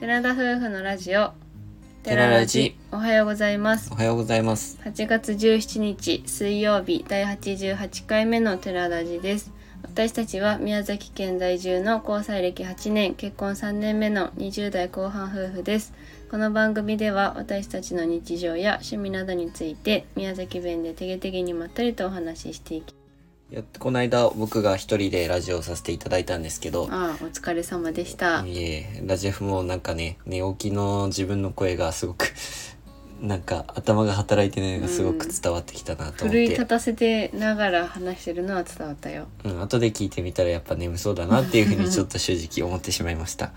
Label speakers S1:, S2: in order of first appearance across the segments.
S1: 寺田夫婦のラジオ
S2: 寺ラジ
S1: おはようございます
S2: おはようございます。
S1: 8月17日水曜日第88回目の寺ラジです私たちは宮崎県在住の交際歴8年結婚3年目の20代後半夫婦ですこの番組では私たちの日常や趣味などについて宮崎弁でてげてげにまったりとお話ししていき
S2: やっこの間僕が一人でラジオをさせていただいたんですけど、
S1: ああお疲れ様でした
S2: いえ、ラジオもなんかね、寝起きの自分の声がすごく、 なんか頭が働いてるのがすごく伝わってきたなと思っ
S1: 奮い
S2: て
S1: 立、たせてながら話してるのは伝わったよ、
S2: うん、後で聞いてみたらやっぱ眠そうだなっていうふうにちょっと正直思ってしまいました。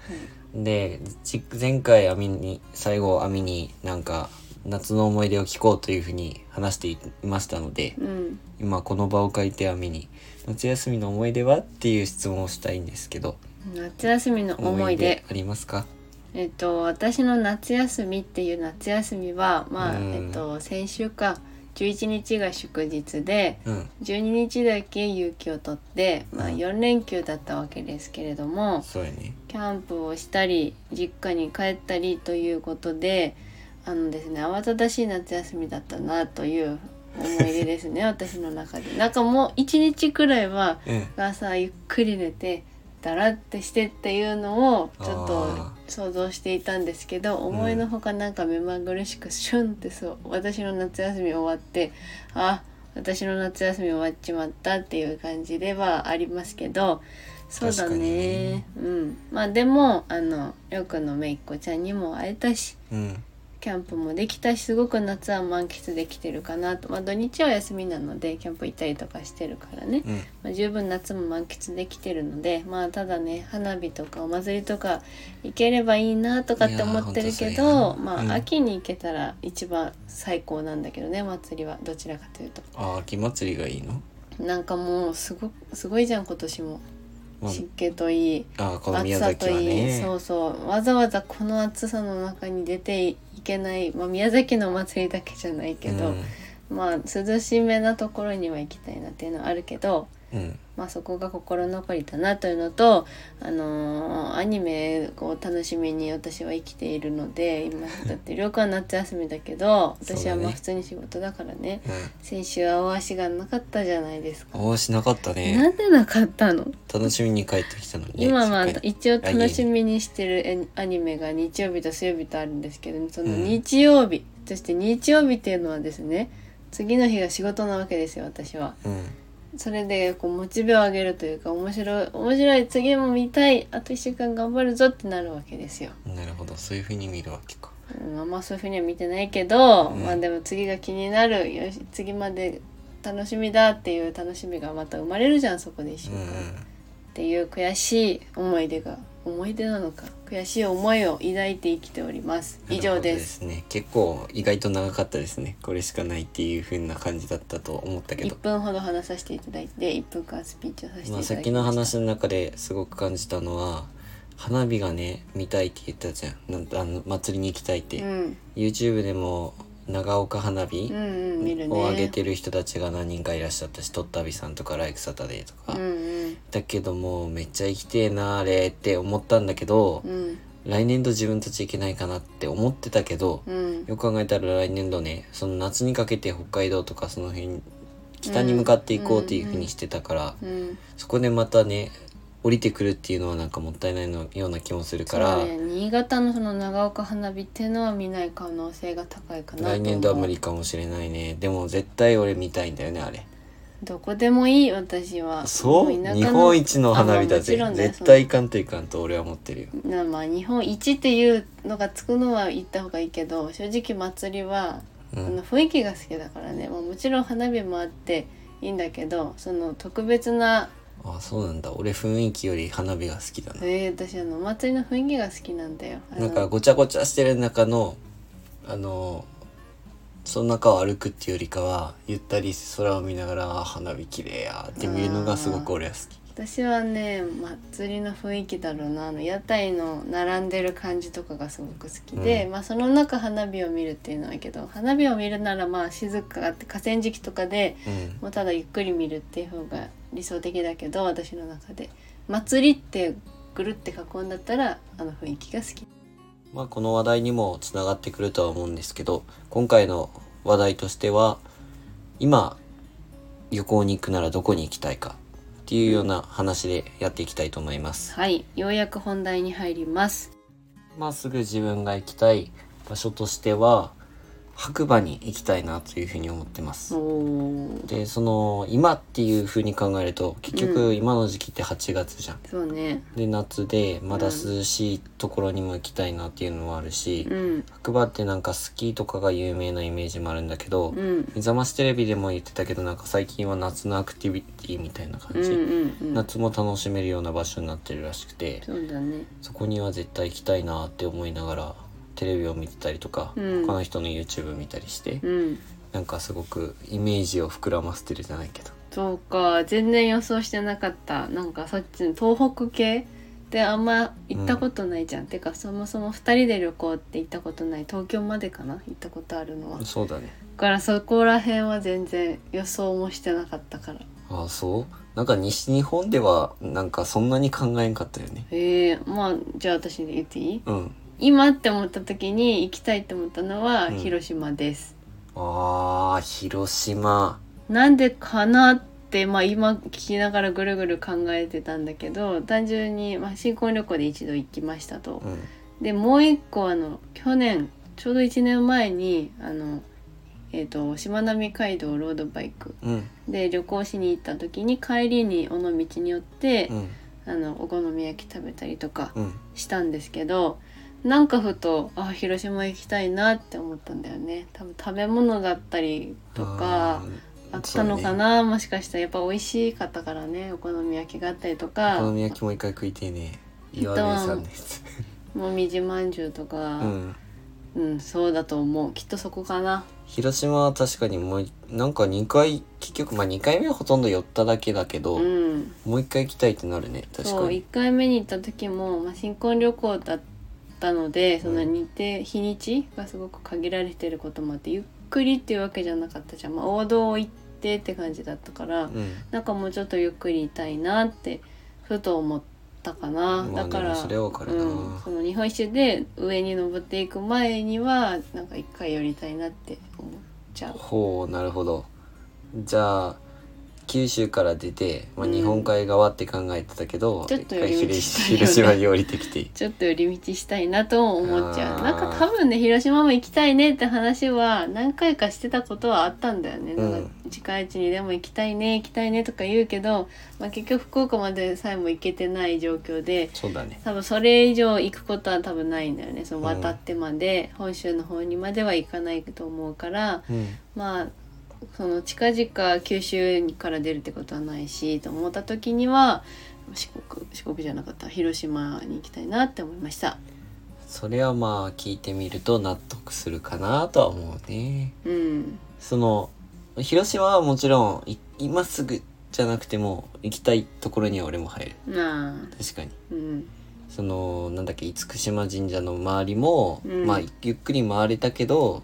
S2: で、じ前回アミに、最後アミになんか夏の思い出を聞こうというふうに話していましたので、
S1: うん
S2: 今この場を借りては見に夏休みの思い出はっていう質問をしたいんですけど
S1: 夏休みの思い出
S2: ありますか
S1: えっと私の夏休みっていう夏休みはまあ、
S2: うん
S1: えっと先週か11日が祝日で
S2: うん
S1: 12日だけ有給を取って、まあ、
S2: うん
S1: 4連休だったわけですけれども
S2: そうやね
S1: キャンプをしたり実家に帰ったりということであのですね慌ただしい夏休みだったなという思い出ですね 私の中で。なんかもう1日くらいは
S2: うん
S1: 朝ゆっくり寝てだらってしてっていうのをちょっと
S2: あ
S1: 想像していたんですけど
S2: ん
S1: 思いのほかなんか目まぐるしくシュンってそう私の夏休み終わってあ私の夏休み終わっちまったっていう感じではありますけどそうだ
S2: 確かに
S1: ね
S2: ね
S1: うんまあでもあのよくのめいっ子ちゃんにも会えたし
S2: うん
S1: キャンプもできたしすごく夏は満喫できてるかなとまあ土日は休みなのでキャンプ行ったりとかしてるからね
S2: うん
S1: まあ、十分夏も満喫できてるのでまあただね花火とかお祭りとか行ければいいなとかって思ってるけ
S2: いやー
S1: ど
S2: 本当そうやな
S1: まあ、
S2: うん
S1: 秋に行けたら一番最高なんだけどね祭りはどちらかというと
S2: あー秋祭りがいいの、
S1: なんかもうすごすごいじゃん今年も
S2: ま
S1: 湿気といい
S2: あ、あーこの
S1: 暑
S2: 宮
S1: さ
S2: 崎
S1: と
S2: はい
S1: い
S2: ね
S1: そうそうわざわざこの暑さの中に出ていけない、まあ、宮崎のお祭りだけじゃないけど、まあ涼しめなところには行きたいなっていうのはあるけど。
S2: うん、うん、
S1: まあ、そこが心残りだなというのと、あのーアニメを楽しみに私は生きているので今だってりょうくんは夏休みだけど私は
S2: そうだ
S1: まあ
S2: ね
S1: 普通に仕事だからね
S2: うん
S1: 先週青足がなかったじゃないですか。
S2: おーしなかったね
S1: なんでなかったの
S2: 楽しみに帰ってきたのに
S1: 今は
S2: しっかり
S1: 一応楽しみにしてるえアニメが日曜日と水曜日とあるんですけどその日曜日、そして日曜日っていうのはですね次の日が仕事なわけですよ私は。
S2: うん
S1: それでこうモチベを上げるというか面白い面白い次も見たいあと1週間頑張るぞってなるわけですよ。
S2: なるほどそういうふうに見るわけか
S1: うん、あんまそういうふうには見てないけど、
S2: うん
S1: まあでも次が気になるよし次まで楽しみだっていう楽しみがまた生まれるじゃんそこで1週
S2: うん
S1: 間、
S2: うん
S1: っていう悔しい思い出が思い出なのか悔しい思いを抱いて生きております以上
S2: なるほど
S1: で。
S2: ですすね結構意外と長かったですねこれしかないっていうふうな感じだったと思ったけど
S1: 1分ほど話させていただいて1分間スピーチをさせていた
S2: ま
S1: だ
S2: あ、
S1: いて、
S2: 先の話の中ですごく感じたのは花火がね見たいって言ったじゃんなんあの祭りに行きたいって、
S1: うん、
S2: YouTube でも長岡花火
S1: うんうん見るね
S2: を上げてる人たちが何人かいらっしゃったし「とったびさん」とか「ライクサタデー」とか、
S1: うんうん
S2: だけどもうめっちゃ行きてえなあれって思ったんだけど、
S1: うん
S2: 来年度自分たち行けないかなって思ってたけど、
S1: うん
S2: よく考えたら来年度ねその夏にかけて北海道とかその辺に北に向かっていこうっていうふうにしてたから。
S1: うん
S2: そこでまたね降りてくるっていうのはなんかもったいないのような気もするから、
S1: そうね、新潟のその長岡花火っていうのは見ない可能性が高いかなと思う
S2: 来年度は無理かもしれないねでも絶対俺見たいんだよねあれ
S1: どこでもいい私は
S2: そう
S1: も田舎
S2: 日本一の花火だ
S1: あ
S2: ぜ
S1: まあもちろんだよ
S2: 絶対いかんといかんと俺は思ってるよ
S1: そのなまあ日本一っていうのがつくのは行った方がいいけど正直祭りは、
S2: うん
S1: あの雰囲気が好きだからね、まあ、もちろん花火もあっていいんだけどその特別な、
S2: あそうなんだ俺雰囲気より花火が好きだな、
S1: えー、私あのお祭りの雰囲気が好きなんだよあの
S2: なんかごちゃごちゃしてる中のあのその中を歩くっていうよりかはゆったり空を見ながらあ花火綺麗やって見るのがすごく俺は好き
S1: 私はね祭りの雰囲気だろうなあの屋台の並んでる感じとかがすごく好きで、
S2: うん
S1: まあその中花火を見るっていうのはいいけど花火を見るならまあ静かって河川敷とかで
S2: うん
S1: もうただゆっくり見るっていう方が理想的だけど私の中で祭りってぐるって囲んだったらあの雰囲気が好き
S2: まあ、この話題にもつながってくるとは思うんですけど今回の話題としては今旅行に行くならどこに行きたいかっていうような話でやっていきたいと思います。
S1: はい、ようやく本題に入ります。
S2: まあ、すぐ自分が行きたい場所としては白馬に行きたいなというふうに思ってます。
S1: おー
S2: でその今っていうふうに考えると結
S1: う
S2: 局今の時期って8月じゃん。
S1: そうね。
S2: で夏でまだ涼しいところにも行きたいなっていうのもあるし、
S1: うん、
S2: 白馬ってなんかスキーとかが有名なイメージもあるんだけど、
S1: うん、うん、
S2: 目覚ましテレビでも言ってたけどなんか最近は夏のアクティビティみたい
S1: う
S2: な感
S1: ん
S2: じ、
S1: うん、うん。
S2: 夏も楽しめるような場所になってるらしくて
S1: そうだね。
S2: そこには絶対行きたいなって思いながらテレビを見てたりとか、
S1: うん
S2: 他の人の YouTube 見たりして、
S1: うん、
S2: なんかすごくイメージを膨らませてるじゃないけど
S1: そうか、全然予想してなかった。なんかそっちの東北系であんま行ったことないじゃん。てかそもそも二人で旅行って行ったことない。東京までかな行ったことあるのは。だ
S2: そうだね
S1: からそこら辺は全然予想もしてなかったから。
S2: ああそうなんか西日本ではなんかそんなに考えんかったよね
S1: ええまあじゃあ私に言っていい
S2: うん
S1: 今って思った時に行きたいって思ったのは
S2: うん
S1: 広島です。
S2: あー広島
S1: なんでかなって、まあ、今聞きながらぐるぐる考えてたんだけど単純に、まあ、新婚旅行で一度行きましたと
S2: う。ん
S1: でもう一個あの去年ちょうど1年前にあの、えー、としまなみ海道ロードバイク
S2: うん
S1: で旅行しに行った時に帰りに尾道に寄って
S2: う、ん
S1: あのお好み焼き食べたりとか
S2: うん
S1: したんですけどなんかふとあ広島行きたいなって思ったんだよね多分食べ物だったりとか
S2: あー
S1: あったのか
S2: そうね
S1: な、もしかしたらやっぱ美味しかったからねお好み焼きがあったりと
S2: お
S1: か
S2: 好み焼きもう一回食いてえね
S1: 行
S2: 岩
S1: ったわ
S2: 根さんです
S1: もみじまんじゅうとか、
S2: う
S1: うん
S2: ん
S1: そうだと思うきっとそこかな
S2: 広島は確かにもうなんか2回結局まあ2回目はほとんど寄っただけだけど、
S1: うん
S2: もう一回行きたいってなるね確
S1: そ
S2: か
S1: う
S2: に
S1: 1回目に行った時も、まあ、新婚旅行だったのでその日程、日にちがすごく限られてることもあってゆっくりっていうわけじゃなかったじゃん、まあ、王道を行ってって感じだったから、
S2: うん
S1: なんかもうちょっとゆっくりいたいなってふと思ったかな、
S2: まあ
S1: だか
S2: で
S1: ら
S2: もそれはわかるな
S1: うん、その日本一周で上に登っていく前にはなんか一回寄りたいなって思っちゃう
S2: ほうなるほどじゃあ九州から出て、まあ、
S1: うん
S2: 日本海側って考えてたけど、
S1: ちょっと寄り道したいよね
S2: 広島に降りてきて
S1: ちょっと寄り道したいなとも思っちゃ
S2: あ
S1: う
S2: ー
S1: なんか多分ね広島も行きたいねって話は何回かしてたことはあったんだよね、
S2: うん
S1: なんか近いうちにでも行きたいね行きたいねとか言うけど、まあ、結局福岡までさえも行けてない状況で
S2: そうだね
S1: 多分それ以上行くことは多分ないんだよねその渡ってまで、本州の方にまでは行かないと思うから
S2: うん
S1: まあその近々九州から出るってことはないしと思った時には四国四国じゃなかった広島に行きたいなって思いました
S2: それはまあ聞いてみると納得するかなとは思うね
S1: うん
S2: その広島はもちろんい今すぐじゃなくても行きたいところには俺も入る
S1: まあ
S2: 確かに
S1: うん
S2: そのなんだっけ厳島神社の周りも、
S1: うん
S2: まあゆっくり回れたけど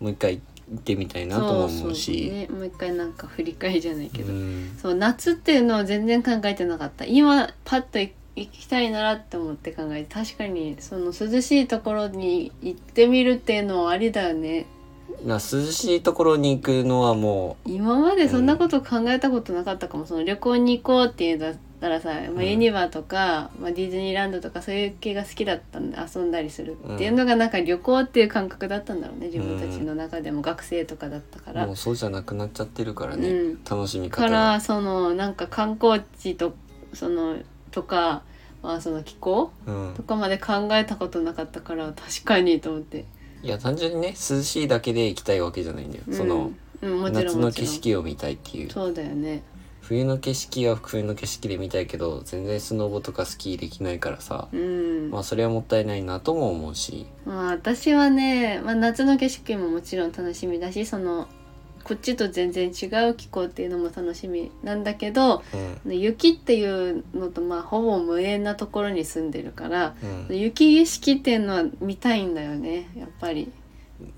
S2: もう一回行ってみたいなとも思うし
S1: そうそうねもう一回なんか振り返りじゃないけど、
S2: うん
S1: そう夏っていうのを全然考えてなかった今パッと行きたいならって思って考えて確かにその涼しいところに行ってみるっていうのはありだよね
S2: な涼しいところに行くのはも
S1: 今までそんなこと考えたことなかったかも、その旅行に行こうっていうのだったらさ、ま
S2: う
S1: あ、
S2: ん
S1: ユニバとか、まあ、ディズニーランドとかそういう系が好きだったんで遊んだりするっていうのがなんか旅行っていう感覚だったんだろうね自分たちの中でも学生とかだったか
S2: う
S1: ら。
S2: もうそうじゃなくなっちゃってるからね、
S1: うん
S2: 楽しみ
S1: か
S2: 方が
S1: らそのなんか観光地とそのとか、まあ、その気候
S2: うん
S1: と、かまで考えたことなかったから確かにと思って、
S2: いや単純にね涼しいだけで行きたいわけじゃないんだよ、
S1: うん、
S2: その、
S1: うん、もちろ
S2: 夏
S1: ん
S2: の
S1: もち
S2: 景
S1: ろん
S2: 色を見たいっていう
S1: そうだよね
S2: 冬の景色は冬の景色で見たいけど全然スノボとかスキーできないからさ、
S1: うん
S2: ま
S1: ま
S2: あそれはもったいないなとも思うし
S1: あ私はね、まあ、夏の景色ももちろん楽しみだしそのこっちと全然違う気候っていうのも楽しみなんだけど
S2: うん
S1: 雪っていうのとまあほぼ無縁なところに住んでるから
S2: うん
S1: 雪景色っていうのは見たいんだよねやっぱり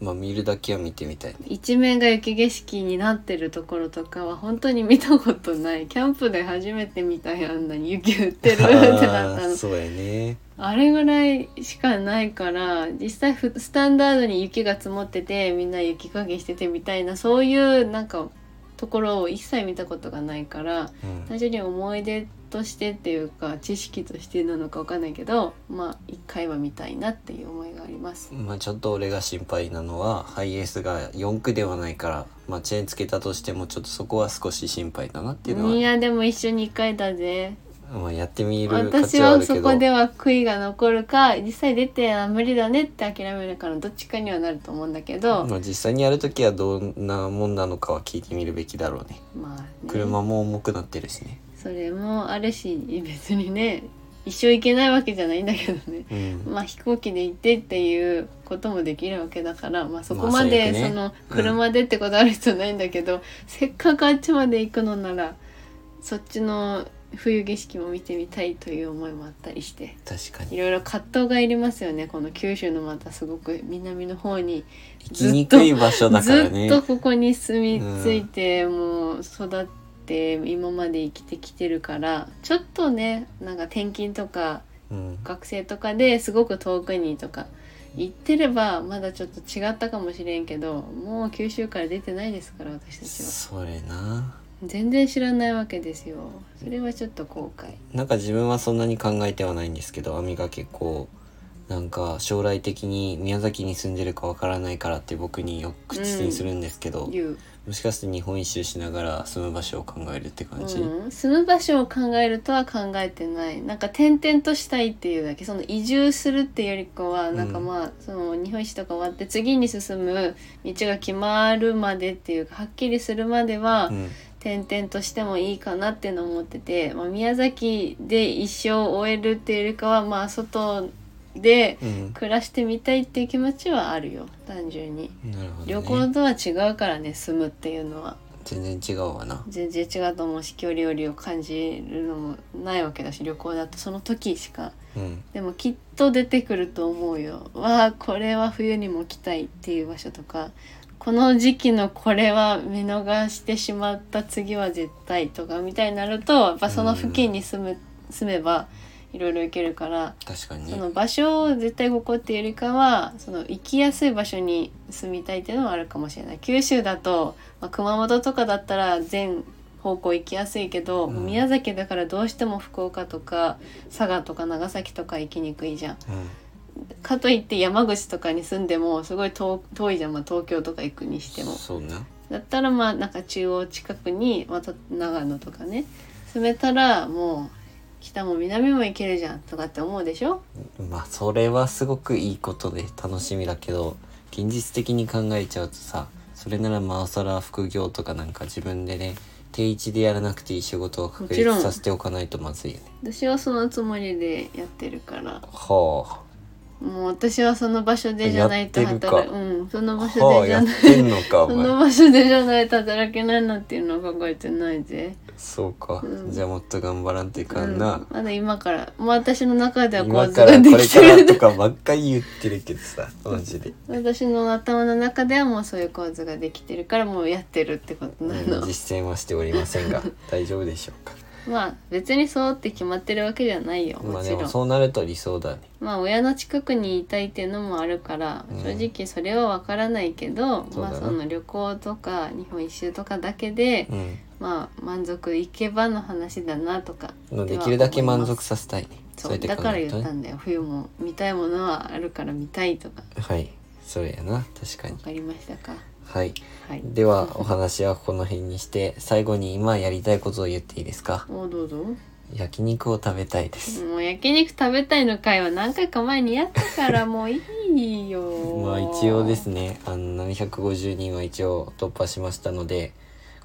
S2: まあ見るだけは見 てみたいね
S1: 一面が雪景色になってるところとかは本当に見たことないキャンプで初めて見たようなに雪降ってるってなっ
S2: あ
S1: た
S2: ー
S1: の
S2: そうやね
S1: あれぐらいしかないから実際ふスタンダードに雪が積もっててみんな雪かきしててみたいなそういうなんかところを一切見たことがないから
S2: うん
S1: 単純に思い出としてっていうか知識としてなのかわかんないけどまあ一回は見たいなっていう思いがあります。
S2: まあちょっと俺が心配なのはハイエースが4区ではないから、まあ、チェーンつけたとしてもちょっとそこは少し心配だなっていうの
S1: い
S2: は、
S1: やでも一緒に一回だぜ
S2: まあ、やってみる価
S1: 私
S2: 値はあ
S1: は
S2: るけ
S1: そ
S2: ど
S1: こでは悔いが残るか実際出てあ無理だねって諦めるからどっちかにはなると思うんだけど、
S2: まあ、実際にやるときはどんなもんなのかは聞いてみるべきだろうね
S1: まあ、ね、
S2: 車も重くなってるしね、
S1: それもあるし別にね一生行けないわけじゃないんだけどね
S2: うん、
S1: まあ飛行機で行ってっていうこともできるわけだから、まあ、そこま
S2: まあ
S1: で
S2: 最悪ね
S1: その車でってことある必要ないんだけど、せっかくあっちまで行くのならそっちの冬景色も見てみたいという思いもあったりして。
S2: 確か
S1: い
S2: に
S1: ろいろ葛藤がいりますよねこの九州のまたすごく南の方に
S2: 行きにくい場所だか
S1: ず
S2: ら
S1: っ
S2: ね
S1: とここに住み着いて、もう育って今まで生きてきてるからちょっとねなんか転勤とか
S2: うん、
S1: 学生とかですごく遠くにとか行ってればまだちょっと違ったかもしれんけどもう九州から出てないですから私たちは
S2: それな
S1: 全然知らないわけですよそれはちょっと後悔
S2: なんか自分はそんなに考えてはないんですけど亜美が結構なんか将来的に宮崎に住んでるかわからないからって僕によく口にするんですけど、
S1: 言う
S2: もしかして日本一周しながら住む場所を考えるって感じ、
S1: うん、住む場所を考えるとは考えてないなんか転々としたいっていうだけその移住するっていうよりかはなんかまあ、その日本一とか終わって次に進む道が決まるまでっていうかはっきりするまでは
S2: うん
S1: 転々としてもいいかなっていうのを思ってて、まあ、宮崎で一生を終えるっていうよりかはまあ外で
S2: うん
S1: 暮らしてみたいっていう気持ちはあるよ単純に。
S2: なるほ
S1: 旅
S2: ど、
S1: 行
S2: ね、
S1: とは違うからね住むっていうのは。
S2: 全然違うわな
S1: 全然違うと思うし距離折りを感じるのもないわけだし旅行だとその時しか
S2: うん
S1: でもきっと出てくると思うよわあこれは冬にも来たいっていう場所とかこの時期のこれは見逃してしまった次は絶対とかみたいになるとやっぱその付近に住む住めばいろいろ行けるから
S2: 確かに
S1: そ
S2: ね
S1: の場所を絶対ここっていうよりかはその行きやすい場所に住みたいっていうのはあるかもしれない九州だと、まあ、熊本とかだったら全方向行きやすいけど、
S2: うん
S1: 宮崎だからどうしても福岡とか佐賀とか長崎とか行きにくいじゃん。
S2: うん
S1: かといって山口とかに住んでもすごい遠遠いじゃん、まあ、東京とか行くにしても。
S2: そうな
S1: だったらまあなんか中央近くにまた長野とかね住めたらもう北も南も行けるじゃんとかって思うでしょ
S2: まあそれはすごくいいことで楽しみだけど現実的に考えちゃうとさそれならなおさら副業とかなんか自分でね定位置でやらなくていい仕事を確
S1: もちろ
S2: 立
S1: ん
S2: させておかないとまずいよね。
S1: 私はそのつもりでやってるから
S2: は
S1: もう私はその場所でじゃないと
S2: やってるか
S1: 働くうんその
S2: あ、
S1: 場
S2: は
S1: 所
S2: あ、
S1: でじゃ
S2: やっ
S1: ない
S2: てんのかお
S1: その
S2: 前。
S1: 場所でじゃないと働けないなんていうのは考えてないぜ、
S2: そうか、
S1: うん
S2: じゃあもっと頑張らんといか
S1: うんん、
S2: な
S1: ま。だ今からもう私の中では構
S2: 今
S1: 図
S2: か
S1: が
S2: ら
S1: で
S2: これ
S1: き
S2: か
S1: て
S2: ら
S1: る
S2: とかばっかり言ってるけどさマジで、
S1: 私の頭の中ではもうそういう構図ができてるからもうやってるってこと
S2: う、
S1: なんの、
S2: 実践はしておりませんが大丈夫でしょうか
S1: まあ別にそうって決まってるわけじゃないよ
S2: ま
S1: も
S2: あ
S1: ち
S2: で
S1: ろん、
S2: もそうなると理想だね
S1: まあ親の近くにいたいっていうのもあるから、
S2: うん
S1: 正直それはわからないけど、
S2: そうだ
S1: まあ
S2: な
S1: その旅行とか日本一周とかだけで、
S2: うん
S1: まあ満足いけばの話だなとか
S2: のできるだけ満足させたいね。
S1: そう
S2: やって
S1: だ
S2: 考
S1: から
S2: える
S1: 言
S2: と
S1: った
S2: ね。
S1: んだよ冬も見たいものはあるから見たいとか
S2: はい、それやな、確か
S1: わ
S2: に。
S1: かりましたか
S2: はい、
S1: はい
S2: ではお話はこの辺にして、最後に今やりたいことを言っていいですか。
S1: おどうぞも
S2: 焼肉を食べたいです。
S1: う焼肉食べたいの会は何回か前にやったからもういいよ
S2: まあ一応ですね、あの750人は一応突破しましたので、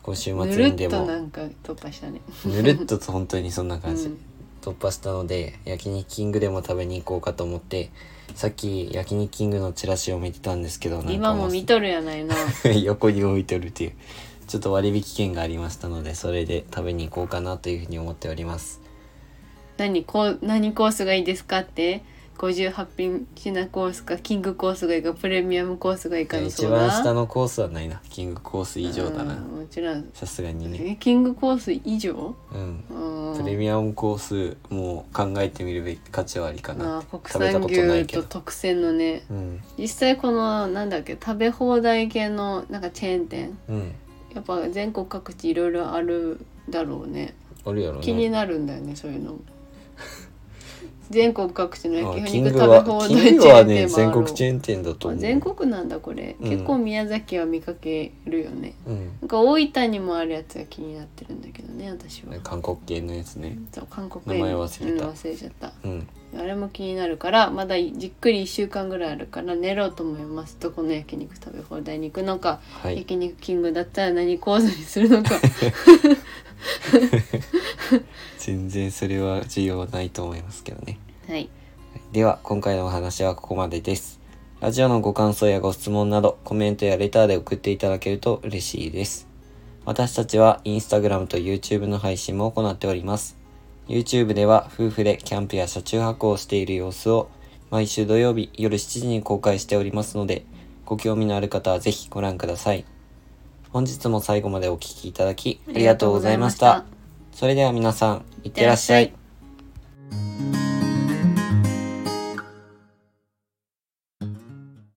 S2: 今週
S1: ぬ
S2: 末
S1: る
S2: に
S1: っ
S2: で
S1: と
S2: も
S1: なんか突破したね
S2: ぬるっと本当にそんな感じ、
S1: うん
S2: 突破したので焼肉キングでも食べに行こうかと思ってさっき焼肉キングのチラシを見てたんですけどなんか
S1: 今も
S2: う
S1: 見とるやないの
S2: 横に置いてるっていうちょっと割引券がありましたのでそれで食べに行こうかなというふうに思っております
S1: 何こう何コースがいいですかって58品品コースかキングコースがいいかプレミアムコースがいいかの
S2: 一
S1: 相
S2: 番
S1: 談
S2: 下のコースはないなキングコース以上だ
S1: うん
S2: な
S1: もちろん
S2: さすがにね
S1: えキングコース以上
S2: うん
S1: うん
S2: プレミアムコースも考えてみるべき価値はありか
S1: ま
S2: な
S1: あ国
S2: 食べた
S1: 産
S2: ことない
S1: 牛
S2: けど
S1: と特選のね
S2: うん
S1: 実際このなんだっけ食べ放題系のなんかチェーン店
S2: うん
S1: やっぱ全国各地いろいろあるだろうね
S2: おるやろね
S1: 気になるんだよねそう いうのも全国各地の
S2: あ
S1: 焼き
S2: キン
S1: 肉
S2: グ
S1: 食べ放
S2: は
S1: 題
S2: キ
S1: チ
S2: ン
S1: ェ
S2: グは
S1: ーン
S2: ね
S1: 店もある
S2: 全国チェーン店だと
S1: あ
S2: 思う
S1: 全国なんだこれ、
S2: うん
S1: 結構宮崎は見かけるよね
S2: うん
S1: なんか大分にもあるやつが気になってるんだけどね私は、
S2: 韓国系のやつね
S1: そう韓国へ
S2: 名前忘れた
S1: うん忘れちゃった
S2: うん
S1: あれも気になるからまだじっくり1週間ぐらいあるから寝ろうと思いますどこの焼肉食べ放題に行くのか、
S2: はい
S1: 焼肉キングだったら何コースにするの か
S2: 全然それは需要はないと思いますけどね
S1: はい
S2: では今回のお話はここまでですラジオのご感想やご質問などコメントやレターで送っていただけると嬉しいです私たちはインスタグラムと YouTube の配信も行っております YouTube では夫婦でキャンプや車中泊をしている様子を毎週土曜日夜7時に公開しておりますのでご興味のある方はぜひご覧ください本日も最後までお聴きいただきありがとうございましたそれでは皆さんいってらっしゃい